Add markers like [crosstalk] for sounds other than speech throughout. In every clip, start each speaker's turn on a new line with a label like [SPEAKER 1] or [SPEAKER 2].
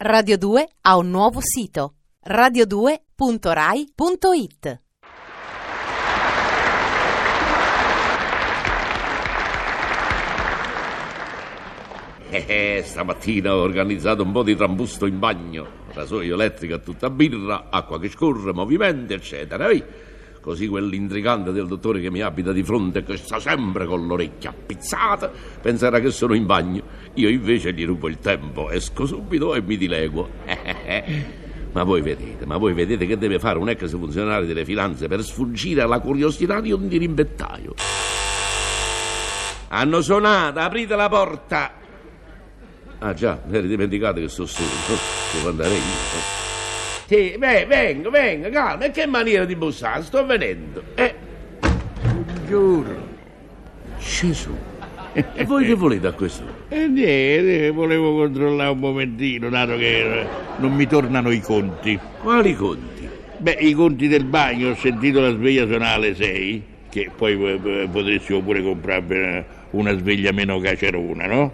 [SPEAKER 1] Radio 2 ha un nuovo sito radio2.rai.it
[SPEAKER 2] Eh, eh, stamattina ho organizzato un po' di trambusto in bagno, rasoio elettrico a tutta birra, acqua che scorre, movimento, eccetera. eh. Così quell'intrigante del dottore che mi abita di fronte, che sta sempre con l'orecchia appizzata, penserà che sono in bagno. Io invece gli rubo il tempo, esco subito e mi dileguo. Eh, eh, eh. Ma voi vedete, ma voi vedete che deve fare un ex funzionario delle finanze per sfuggire alla curiosità di un dirimbettaio. Hanno suonato, aprite la porta! Ah già, mi ero dimenticato che sono solo. Devo andare io. Sì, beh, vengo, vengo, calma. E che maniera di bussare? Sto venendo. Eh,
[SPEAKER 3] Giuro.
[SPEAKER 2] Gesù. E voi che volete a questo?
[SPEAKER 3] E niente, volevo controllare un momentino, dato che eh, non mi tornano i conti.
[SPEAKER 2] Quali conti?
[SPEAKER 3] Beh, i conti del bagno, ho sentito la sveglia suonare alle 6, che poi eh, potressimo pure comprarvi eh, una sveglia meno
[SPEAKER 2] [laughs]
[SPEAKER 3] cacerona, no?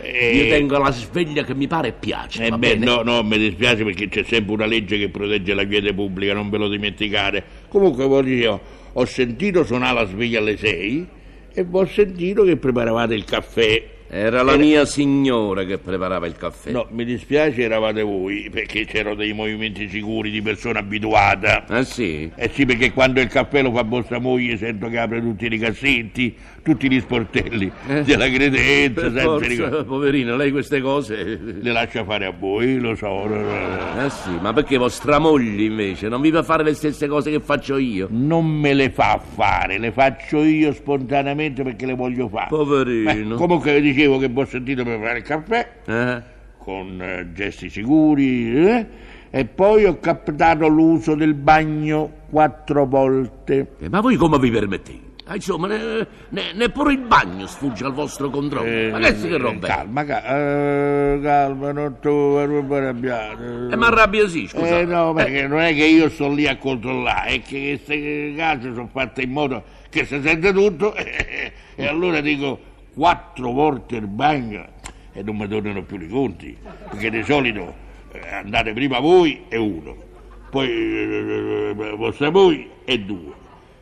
[SPEAKER 3] Eh,
[SPEAKER 2] Io tengo la sveglia che mi pare e piace.
[SPEAKER 3] Eh
[SPEAKER 2] va
[SPEAKER 3] beh,
[SPEAKER 2] bene?
[SPEAKER 3] no, no, mi dispiace perché c'è sempre una legge che protegge la quiete pubblica, non ve lo dimenticate. Comunque, voi dicevo, ho sentito suonare la sveglia alle 6 e ho sentito che preparavate il caffè.
[SPEAKER 2] Era la mia signora che preparava il caffè.
[SPEAKER 3] Eh. No, mi dispiace eravate voi, perché c'erano dei movimenti sicuri di persona abituata.
[SPEAKER 2] Ah sì?
[SPEAKER 3] Eh sì, perché quando il caffè lo fa vostra moglie sento che apre tutti i cassetti, tutti gli sportelli
[SPEAKER 2] Eh.
[SPEAKER 3] della credenza,
[SPEAKER 2] Per
[SPEAKER 3] senza
[SPEAKER 2] forza,
[SPEAKER 3] ricor-
[SPEAKER 2] poverina, lei queste
[SPEAKER 3] [laughs]
[SPEAKER 2] cose...
[SPEAKER 3] Le lascia fare a voi, lo so.
[SPEAKER 2] Ah sì, ma perché vostra moglie invece non vi fa fare le stesse cose che faccio io?
[SPEAKER 3] Non me le fa fare, le faccio io spontaneamente perché le voglio fare.
[SPEAKER 2] Poverino.
[SPEAKER 3] Eh, comunque vi dicevo che ho sentito preparare il caffè,
[SPEAKER 2] Eh?
[SPEAKER 3] con eh, gesti sicuri eh? e poi ho captato l'uso del bagno quattro volte.
[SPEAKER 2] Eh, ma voi come vi permettete? Ah, insomma, ne- ne- neppure il bagno sfugge al vostro controllo. ma che si che roba è?
[SPEAKER 3] Eh, Calma, calma, calma, non tu non mi arrabbiare.
[SPEAKER 2] Eh, ma arrabbia sì, scusa.
[SPEAKER 3] Eh, no,
[SPEAKER 2] Eh,
[SPEAKER 3] perché non è che io sto lì a controllare, è che queste calze sono fatte in modo che si sente tutto [laughs] e allora dico quattro volte il bagno e non mi tornano più i conti, perché di solito eh, andate prima voi e uno, poi eh, vostra moglie e due,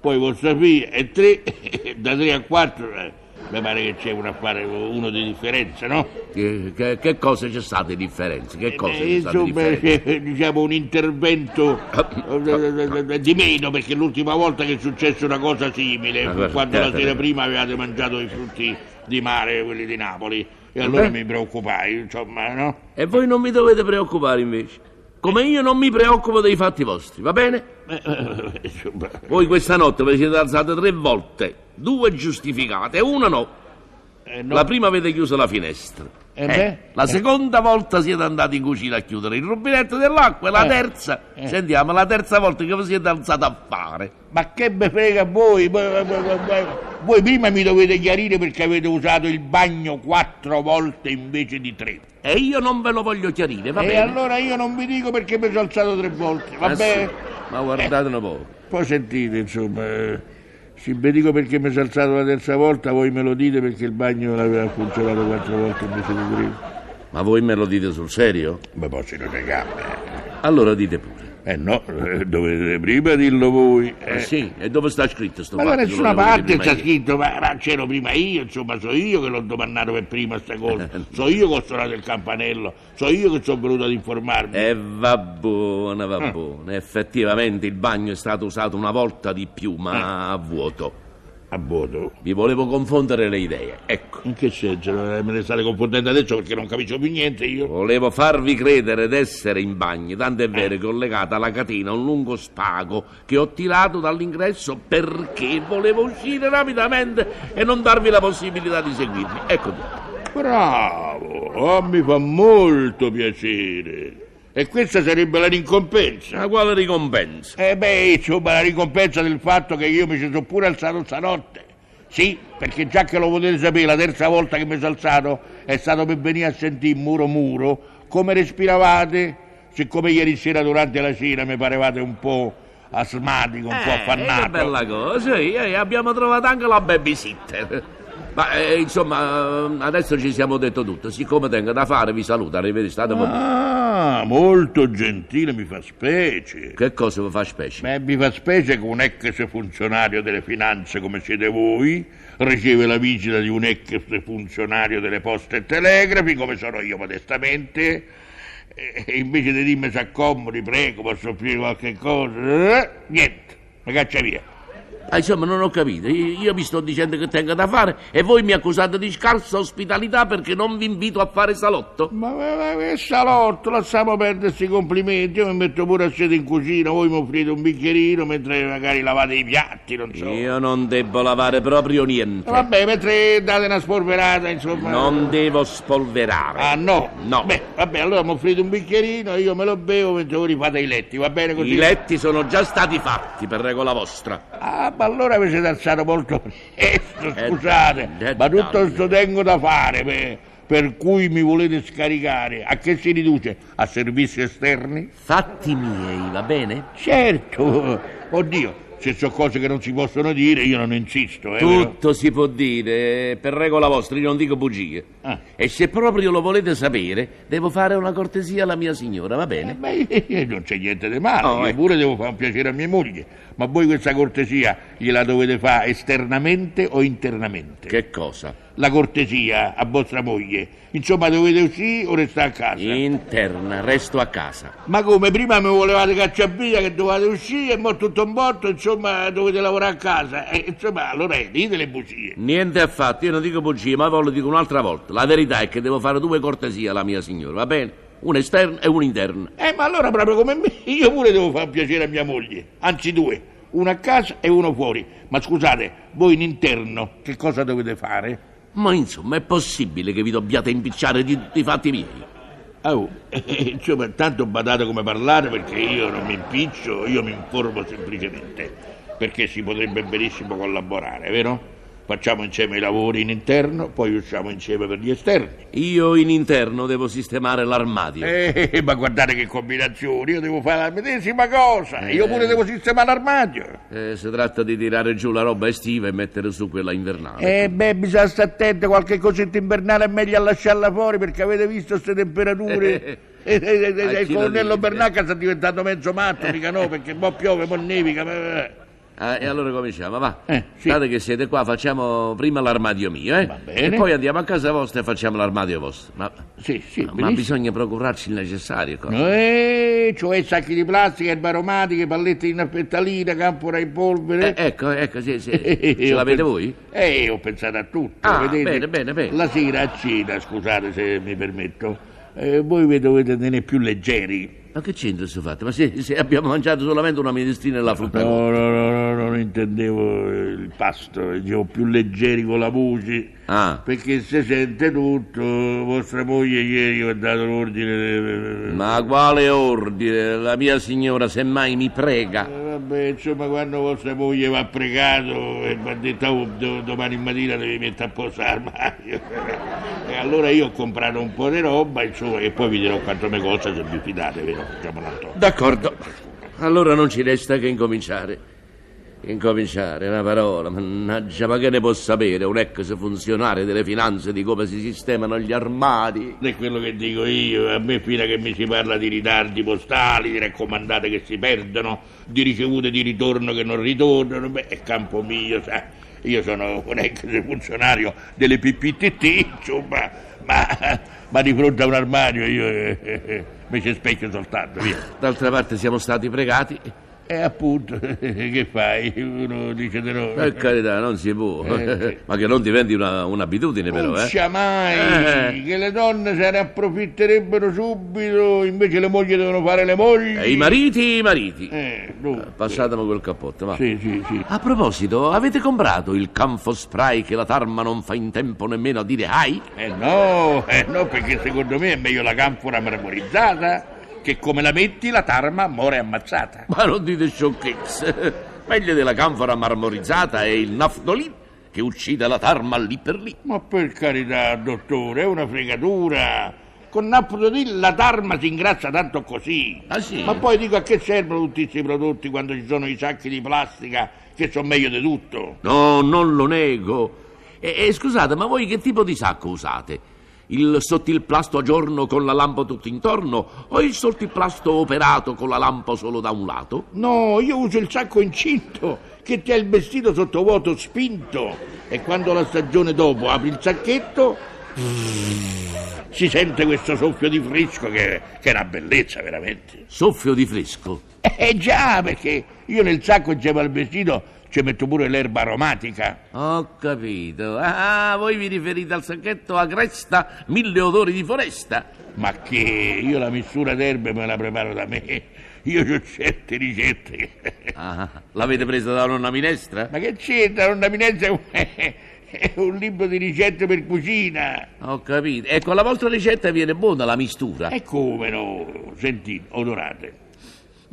[SPEAKER 3] poi vostra figlia e tre, [laughs] da tre a quattro eh, mi pare che c'è un affare, uno di differenza, no?
[SPEAKER 2] Che, che- che cose c'è state di differenze? Che cose
[SPEAKER 3] Eh,
[SPEAKER 2] c'è state di Ah,
[SPEAKER 3] insomma,
[SPEAKER 2] differenze?
[SPEAKER 3] eh, [laughs] diciamo un intervento eh, di meno, perché l'ultima volta che è successa una cosa simile,
[SPEAKER 2] Ma
[SPEAKER 3] fu
[SPEAKER 2] guarda,
[SPEAKER 3] quando la
[SPEAKER 2] guarda,
[SPEAKER 3] sera
[SPEAKER 2] guarda.
[SPEAKER 3] prima avevate mangiato i frutti di mare, quelli di Napoli,
[SPEAKER 2] Eh,
[SPEAKER 3] e allora mi preoccupai, insomma, no?
[SPEAKER 2] E voi non vi dovete preoccupare invece. Come io non mi preoccupo dei fatti vostri, va bene?
[SPEAKER 3] Eh, eh, insomma,
[SPEAKER 2] Voi questa notte vi siete alzate tre volte, due giustificate e una no.
[SPEAKER 3] eh, no.
[SPEAKER 2] La prima avete chiuso la finestra.
[SPEAKER 3] Eh beh.
[SPEAKER 2] la seconda volta siete andati in cucina a chiudere il rubinetto dell'acqua e la
[SPEAKER 3] Eh.
[SPEAKER 2] terza,
[SPEAKER 3] Eh.
[SPEAKER 2] sentiamo, la terza volta che vi siete alzati a fare.
[SPEAKER 3] Ma che me frega a voi? Voi- voi- voi- voi- Voi prima mi dovete chiarire perché avete usato il bagno quattro volte invece di tre.
[SPEAKER 2] E io non ve lo voglio chiarire, va
[SPEAKER 3] e
[SPEAKER 2] bene?
[SPEAKER 3] allora io non vi dico perché mi sono alzato tre volte, va
[SPEAKER 2] Eh sì,
[SPEAKER 3] bene? Eh.
[SPEAKER 2] Ma guardate un po'.
[SPEAKER 3] Poi sentite, insomma, eh, se vi dico perché mi sono alzato la terza volta, voi me lo dite perché il bagno l'aveva funzionato quattro volte invece di prima.
[SPEAKER 2] Ma voi me lo dite sul serio?
[SPEAKER 3] Ma poi se lo negate.
[SPEAKER 2] Allora dite pure.
[SPEAKER 3] Eh no, eh, dovete prima dirlo voi.
[SPEAKER 2] Eh
[SPEAKER 3] Eh.
[SPEAKER 2] sì, e dove sta scritto sto
[SPEAKER 3] Ma da
[SPEAKER 2] fatto?
[SPEAKER 3] nessuna
[SPEAKER 2] Lo devo dire
[SPEAKER 3] parte cioè,
[SPEAKER 2] prima
[SPEAKER 3] c'è
[SPEAKER 2] io.
[SPEAKER 3] scritto, ma, ma c'ero prima io, insomma, so io che l'ho domandato per prima sta
[SPEAKER 2] [laughs]
[SPEAKER 3] cosa. So io che ho suonato il campanello, so io che sono venuto ad informarmi.
[SPEAKER 2] Eh, va buona, va
[SPEAKER 3] Eh.
[SPEAKER 2] buona. Effettivamente il bagno è stato usato una volta di più,
[SPEAKER 3] Eh.
[SPEAKER 2] ma a vuoto.
[SPEAKER 3] A voto.
[SPEAKER 2] Vi volevo confondere le idee, ecco.
[SPEAKER 3] In che senso? Eh, Me ne state confondendo adesso perché non capisco più niente io.
[SPEAKER 2] Volevo farvi credere d'essere in bagno, tanto è vero che ho legato alla catena un lungo spago che ho tirato dall'ingresso perché volevo uscire rapidamente e non darvi la possibilità di seguirmi. Ecco tutto.
[SPEAKER 3] Bravo, oh, mi fa molto piacere. E questa sarebbe la ricompensa.
[SPEAKER 2] Ma quale ricompensa?
[SPEAKER 3] Eh beh, insomma, la ricompensa del fatto che io mi ci sono pure alzato stanotte. Sì, perché già che lo potete sapere, la terza volta che mi sono alzato è stato per venire a sentire muro muro come respiravate. Siccome ieri sera durante la cena mi parevate un po' asmatico, un po'
[SPEAKER 2] Eh,
[SPEAKER 3] affannato.
[SPEAKER 2] Che bella cosa, eh, abbiamo trovato anche la babysitter. Ma eh, ehm, insomma, eh, adesso ci siamo detto tutto. Siccome tengo da fare, vi saluto. Arrivederci, state buoni.
[SPEAKER 3] Ah, ma molto gentile mi fa specie.
[SPEAKER 2] Che cosa vi fa specie?
[SPEAKER 3] Beh, mi fa specie che un ex funzionario delle finanze come siete voi riceve la visita di un ex funzionario delle poste e telegrafi come sono io modestamente e e invece di dirmi si accomodi, prego, posso offrire qualche cosa, eh, niente, mi caccia via.
[SPEAKER 2] Ah, insomma, non ho capito. Io io vi sto dicendo che tengo da fare e voi mi accusate di scarsa ospitalità perché non vi invito a fare salotto.
[SPEAKER 3] Ma, ma, ma che salotto, lasciamo perdersi i complimenti, io mi metto pure a sedere in cucina, voi mi offrite un bicchierino mentre magari lavate i piatti, non so.
[SPEAKER 2] Io non devo lavare proprio niente.
[SPEAKER 3] Vabbè, mentre date una spolverata, insomma.
[SPEAKER 2] Non devo spolverare.
[SPEAKER 3] Ah no?
[SPEAKER 2] No.
[SPEAKER 3] Beh, vabbè, allora mi offrite un bicchierino e io me lo bevo mentre voi rifate i letti, va bene così?
[SPEAKER 2] I letti sono già stati fatti per regola vostra.
[SPEAKER 3] Ah, ma allora vi siete alzato molto presto,
[SPEAKER 2] Eh,
[SPEAKER 3] scusate,
[SPEAKER 2] eh,
[SPEAKER 3] ma tutto
[SPEAKER 2] dammi.
[SPEAKER 3] questo tengo da fare per, per cui mi volete scaricare. A che si riduce? A servizi esterni?
[SPEAKER 2] Fatti miei, va bene?
[SPEAKER 3] Certo, oddio, se so cose che non si possono dire io non insisto, eh. però-
[SPEAKER 2] Tutto si può dire, eh, per regola vostra io non dico bugie.
[SPEAKER 3] Ah.
[SPEAKER 2] E se proprio lo volete sapere, devo fare una cortesia alla mia signora, va bene?
[SPEAKER 3] Eh, Ma io- io non c'è niente di male,
[SPEAKER 2] No,
[SPEAKER 3] io
[SPEAKER 2] ecco.
[SPEAKER 3] pure devo fare un piacere a mia moglie, ma voi questa cortesia gliela dovete fare esternamente o internamente?
[SPEAKER 2] Che cosa?
[SPEAKER 3] La cortesia a vostra moglie, insomma dovete uscire o restare a casa?
[SPEAKER 2] Interna, resto a casa.
[SPEAKER 3] Ma come prima mi volevate cacciare via che dovevate uscire e mo tutto un botto, insomma dovete lavorare a casa, Eh, insomma allora eh, dite le bugie.
[SPEAKER 2] Niente affatto, io non dico bugie, ma ve lo dico un'altra volta. La verità è che devo fare due cortesie alla mia signora, va bene? Una esterna e una interna.
[SPEAKER 3] Eh, ma allora proprio come me, [laughs] io pure devo far piacere a mia moglie, anzi due, uno a casa e uno fuori. Ma scusate, voi in interno che cosa dovete fare?
[SPEAKER 2] Ma insomma, è possibile che vi dobbiate impicciare di tutti i fatti miei?
[SPEAKER 3] Ah, Oh, [laughs] insomma, tanto badate come parlare perché io non mi impiccio, io mi informo semplicemente. Perché si potrebbe benissimo collaborare, vero? Facciamo insieme i lavori in interno, poi usciamo insieme per gli esterni.
[SPEAKER 2] Io in interno devo sistemare l'armadio.
[SPEAKER 3] Eh, ma guardate che combinazione, io devo fare la medesima cosa, io pure devo sistemare l'armadio.
[SPEAKER 2] Eh, si tratta di tirare giù la roba estiva e mettere su quella invernale.
[SPEAKER 3] Eh beh, bisogna stare attenti, qualche cosetta invernale è meglio a lasciarla fuori perché avete visto queste
[SPEAKER 2] [laughs]
[SPEAKER 3] temperature. Eh, eh, eh, eh,
[SPEAKER 2] A chi
[SPEAKER 3] il
[SPEAKER 2] lo
[SPEAKER 3] colonnello
[SPEAKER 2] dite?
[SPEAKER 3] Bernacca sta diventando mezzo matto, mica no, perché mo piove, mo nevica. ma- eh. ma-
[SPEAKER 2] Ah, e allora cominciamo, va.
[SPEAKER 3] Eh, sì.
[SPEAKER 2] Date che siete qua, facciamo prima l'armadio mio, eh?
[SPEAKER 3] Va bene.
[SPEAKER 2] E poi andiamo a casa vostra e facciamo l'armadio vostro. Ma,
[SPEAKER 3] Sì, sì,
[SPEAKER 2] ma
[SPEAKER 3] benissimo.
[SPEAKER 2] bisogna procurarci il necessario, ecco. cosa.
[SPEAKER 3] Eh, cioè sacchi di plastica, erbe aromatiche, pallette di naffettalina, campora in polvere.
[SPEAKER 2] Eh, ecco, ecco, sì, [laughs] sì.
[SPEAKER 3] Eh, eh,
[SPEAKER 2] Ce
[SPEAKER 3] ho
[SPEAKER 2] l'avete
[SPEAKER 3] pens-
[SPEAKER 2] voi?
[SPEAKER 3] Eh, io ho pensato a tutto.
[SPEAKER 2] Ah,
[SPEAKER 3] vedete?
[SPEAKER 2] bene, bene, bene.
[SPEAKER 3] La sera a cena, scusate se mi permetto, eh, voi vi dovete tenere più leggeri.
[SPEAKER 2] Ma che c'entra questo fatto? Ma se, se abbiamo mangiato solamente una minestrina e la frutta
[SPEAKER 3] No, no, no, no, no, non intendevo eh, il pasto, dicevo più leggeri con la voce.
[SPEAKER 2] Ah,
[SPEAKER 3] Perché se sente tutto, vostra moglie ieri mi ha dato l'ordine. eh,
[SPEAKER 2] ma quale ordine? La mia signora semmai mi prega.
[SPEAKER 3] eh, Vabbè, insomma, quando vostra moglie va pregato e mi ha detto "Oh, do- domani mattina devi mettere a posto l'armadio. [laughs] e allora io ho comprato un po' di roba, insomma, e poi vi dirò quanto mi costa se vi fidate, vero? Facciamo una torta.
[SPEAKER 2] D'accordo. Allora non ci resta che incominciare. Incominciare, una parola, mannaggia, ma che ne può sapere un ex funzionario delle finanze di come si sistemano gli armadi?
[SPEAKER 3] Non è quello che dico io, a me fino a che mi si parla di ritardi postali, di raccomandate che si perdono, di ricevute di ritorno che non ritornano, beh, è campo mio, sa. Io sono un ex funzionario delle PPTT, insomma, ma, ma di fronte a un armadio io eh, eh, eh, mi ci specchio soltanto, via.
[SPEAKER 2] D'altra parte siamo stati pregati.
[SPEAKER 3] E appunto, eh, che fai? Uno dice di no.
[SPEAKER 2] Per carità, non si può. [laughs] ma che non diventi una- un'abitudine, però, eh?
[SPEAKER 3] Puccia mai
[SPEAKER 2] Eh.
[SPEAKER 3] che le donne se ne approfitterebbero subito, invece le mogli devono fare le mogli.
[SPEAKER 2] E Eh, i mariti, i mariti.
[SPEAKER 3] Eh, no.
[SPEAKER 2] Passatemi quel cappotto, va.
[SPEAKER 3] Sì, sì, sì.
[SPEAKER 2] A proposito, avete comprato il canfo spray che la tarma non fa in tempo nemmeno a dire ai?
[SPEAKER 3] Eh no, eh no, perché secondo me è meglio la canfora marmorizzata che come la metti la tarma muore ammazzata.
[SPEAKER 2] Ma non dite sciocchezze. [laughs] Meglio della canfora marmorizzata e il naftolin che uccide la tarma lì per lì.
[SPEAKER 3] Ma per carità, dottore, è una fregatura. Con Naprodil la tarma si ingrassa tanto così.
[SPEAKER 2] Ah, sì?
[SPEAKER 3] Ma poi dico a che servono tutti questi prodotti quando ci sono i sacchi di plastica che sono meglio di tutto?
[SPEAKER 2] No, non lo nego. E, e scusate, ma voi che tipo di sacco usate? il sottilplasto a giorno con la lampa tutto intorno o il sottilplasto operato con la lampa solo da un lato?
[SPEAKER 3] No, io uso il sacco incinto che ti ha il vestito sottovuoto spinto e quando la stagione dopo apri il sacchetto si sente questo soffio di fresco che, che è una bellezza veramente.
[SPEAKER 2] Soffio di fresco.
[SPEAKER 3] Eh già, perché io nel sacco insieme al vestito ci metto pure l'erba aromatica.
[SPEAKER 2] Ho capito. Ah, voi vi riferite al sacchetto a cresta mille odori di foresta.
[SPEAKER 3] Ma che io la mistura d'erbe me la preparo da me. Io ho certe ricette. [laughs]
[SPEAKER 2] Ah, l'avete presa da nonna minestra?
[SPEAKER 3] Ma che c'entra? Nonna Minenza è un- [laughs] è un libro di ricette per cucina.
[SPEAKER 2] Ho capito. Ecco, la vostra ricetta viene buona la mistura.
[SPEAKER 3] E come no? Sentite, odorate.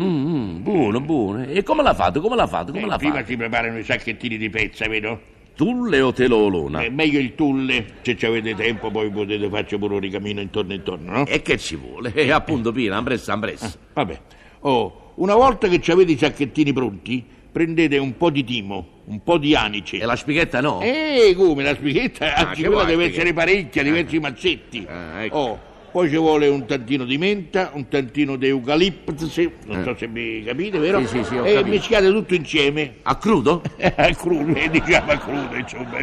[SPEAKER 2] Mm, mm, buono, buono. E come la fate? Come la fate? Come
[SPEAKER 3] Eh,
[SPEAKER 2] la
[SPEAKER 3] prima
[SPEAKER 2] fate?
[SPEAKER 3] si preparano i sacchettini di pezza, vedo?
[SPEAKER 2] Tulle o telolona?
[SPEAKER 3] È meglio il tulle. Se ci avete tempo poi potete farci pure un ricamino intorno intorno, no?
[SPEAKER 2] E che ci vuole? E appunto, Pina, ambressa, ambressa.
[SPEAKER 3] Vabbè. Oh, una volta che ci avete i sacchettini pronti, prendete un po' di timo, un po' di anice.
[SPEAKER 2] E la spighetta no?
[SPEAKER 3] Eh, come la spighetta?
[SPEAKER 2] Ah,
[SPEAKER 3] Anche
[SPEAKER 2] che
[SPEAKER 3] quella
[SPEAKER 2] vuoi,
[SPEAKER 3] deve
[SPEAKER 2] spighetta?
[SPEAKER 3] essere parecchia, diversi mazzetti.
[SPEAKER 2] Ah, ecco.
[SPEAKER 3] Oh, poi ci vuole un tantino di menta, un tantino di eucaliptus, non so se mi capite, vero?
[SPEAKER 2] Eh. Sì, sì, sì, ho
[SPEAKER 3] e
[SPEAKER 2] capito.
[SPEAKER 3] mischiate tutto insieme.
[SPEAKER 2] A crudo?
[SPEAKER 3] a crudo, eh, [laughs] diciamo a crudo, insomma.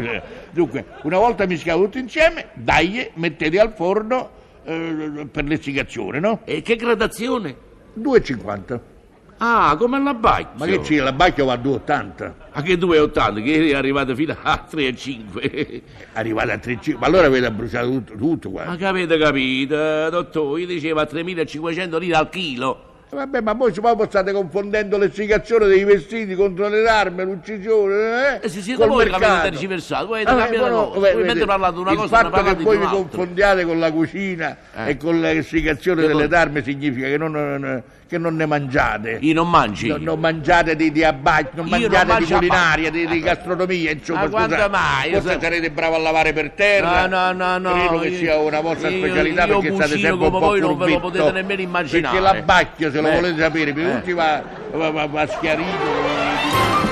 [SPEAKER 3] Dunque, una volta mischiato tutto insieme, dai, mettete al forno eh, per l'essiccazione, no?
[SPEAKER 2] E che gradazione?
[SPEAKER 3] 2,50.
[SPEAKER 2] Ah, come la bacchio.
[SPEAKER 3] Ma che c'è? La bacchia va a 2,80.
[SPEAKER 2] A che 2,80? Che ieri è arrivato fino a 3,5.
[SPEAKER 3] Arrivate a 3,50. Ma allora avete bruciato tutto, tutto qua.
[SPEAKER 2] Ma che avete capito, dottore? Io dicevo a 3.500 lire al chilo.
[SPEAKER 3] Eh, Vabbè, ma voi poi state confondendo l'essiccazione dei vestiti contro le armi, l'uccisione, eh?
[SPEAKER 2] E se siete
[SPEAKER 3] col
[SPEAKER 2] voi che avete
[SPEAKER 3] mercato.
[SPEAKER 2] tergiversato, voi avete
[SPEAKER 3] Allora,
[SPEAKER 2] cambiato
[SPEAKER 3] no,
[SPEAKER 2] cosa.
[SPEAKER 3] beh,
[SPEAKER 2] Voi avete
[SPEAKER 3] vedete,
[SPEAKER 2] parlato una
[SPEAKER 3] il
[SPEAKER 2] cosa, ne
[SPEAKER 3] fatto
[SPEAKER 2] parlate
[SPEAKER 3] che
[SPEAKER 2] di
[SPEAKER 3] voi vi
[SPEAKER 2] un'altra.
[SPEAKER 3] confondiate con la cucina
[SPEAKER 2] Eh.
[SPEAKER 3] e con l'essiccazione
[SPEAKER 2] Che
[SPEAKER 3] delle
[SPEAKER 2] cosa?
[SPEAKER 3] armi significa che non, non- che non ne mangiate.
[SPEAKER 2] Io non mangi.
[SPEAKER 3] Non, non mangiate di, di abbacchi, non
[SPEAKER 2] Io
[SPEAKER 3] mangiate
[SPEAKER 2] non
[SPEAKER 3] di
[SPEAKER 2] mangio
[SPEAKER 3] culinaria,
[SPEAKER 2] abbacchi.
[SPEAKER 3] di, di gastronomia, insomma.
[SPEAKER 2] Ma quando
[SPEAKER 3] scusate.
[SPEAKER 2] mai? Io
[SPEAKER 3] Forse
[SPEAKER 2] sono-
[SPEAKER 3] sarete bravo a lavare per terra.
[SPEAKER 2] No, no, no, no,
[SPEAKER 3] Credo che
[SPEAKER 2] io-
[SPEAKER 3] sia una vostra
[SPEAKER 2] io-
[SPEAKER 3] specialità
[SPEAKER 2] io
[SPEAKER 3] perché state
[SPEAKER 2] cucino
[SPEAKER 3] sempre un
[SPEAKER 2] come
[SPEAKER 3] po'
[SPEAKER 2] voi non ve lo
[SPEAKER 3] furbitto.
[SPEAKER 2] potete nemmeno immaginare.
[SPEAKER 3] Perché l'abbacchio, se lo
[SPEAKER 2] Beh.
[SPEAKER 3] volete sapere, per
[SPEAKER 2] Eh.
[SPEAKER 3] tutti va, va, va- va schiarito.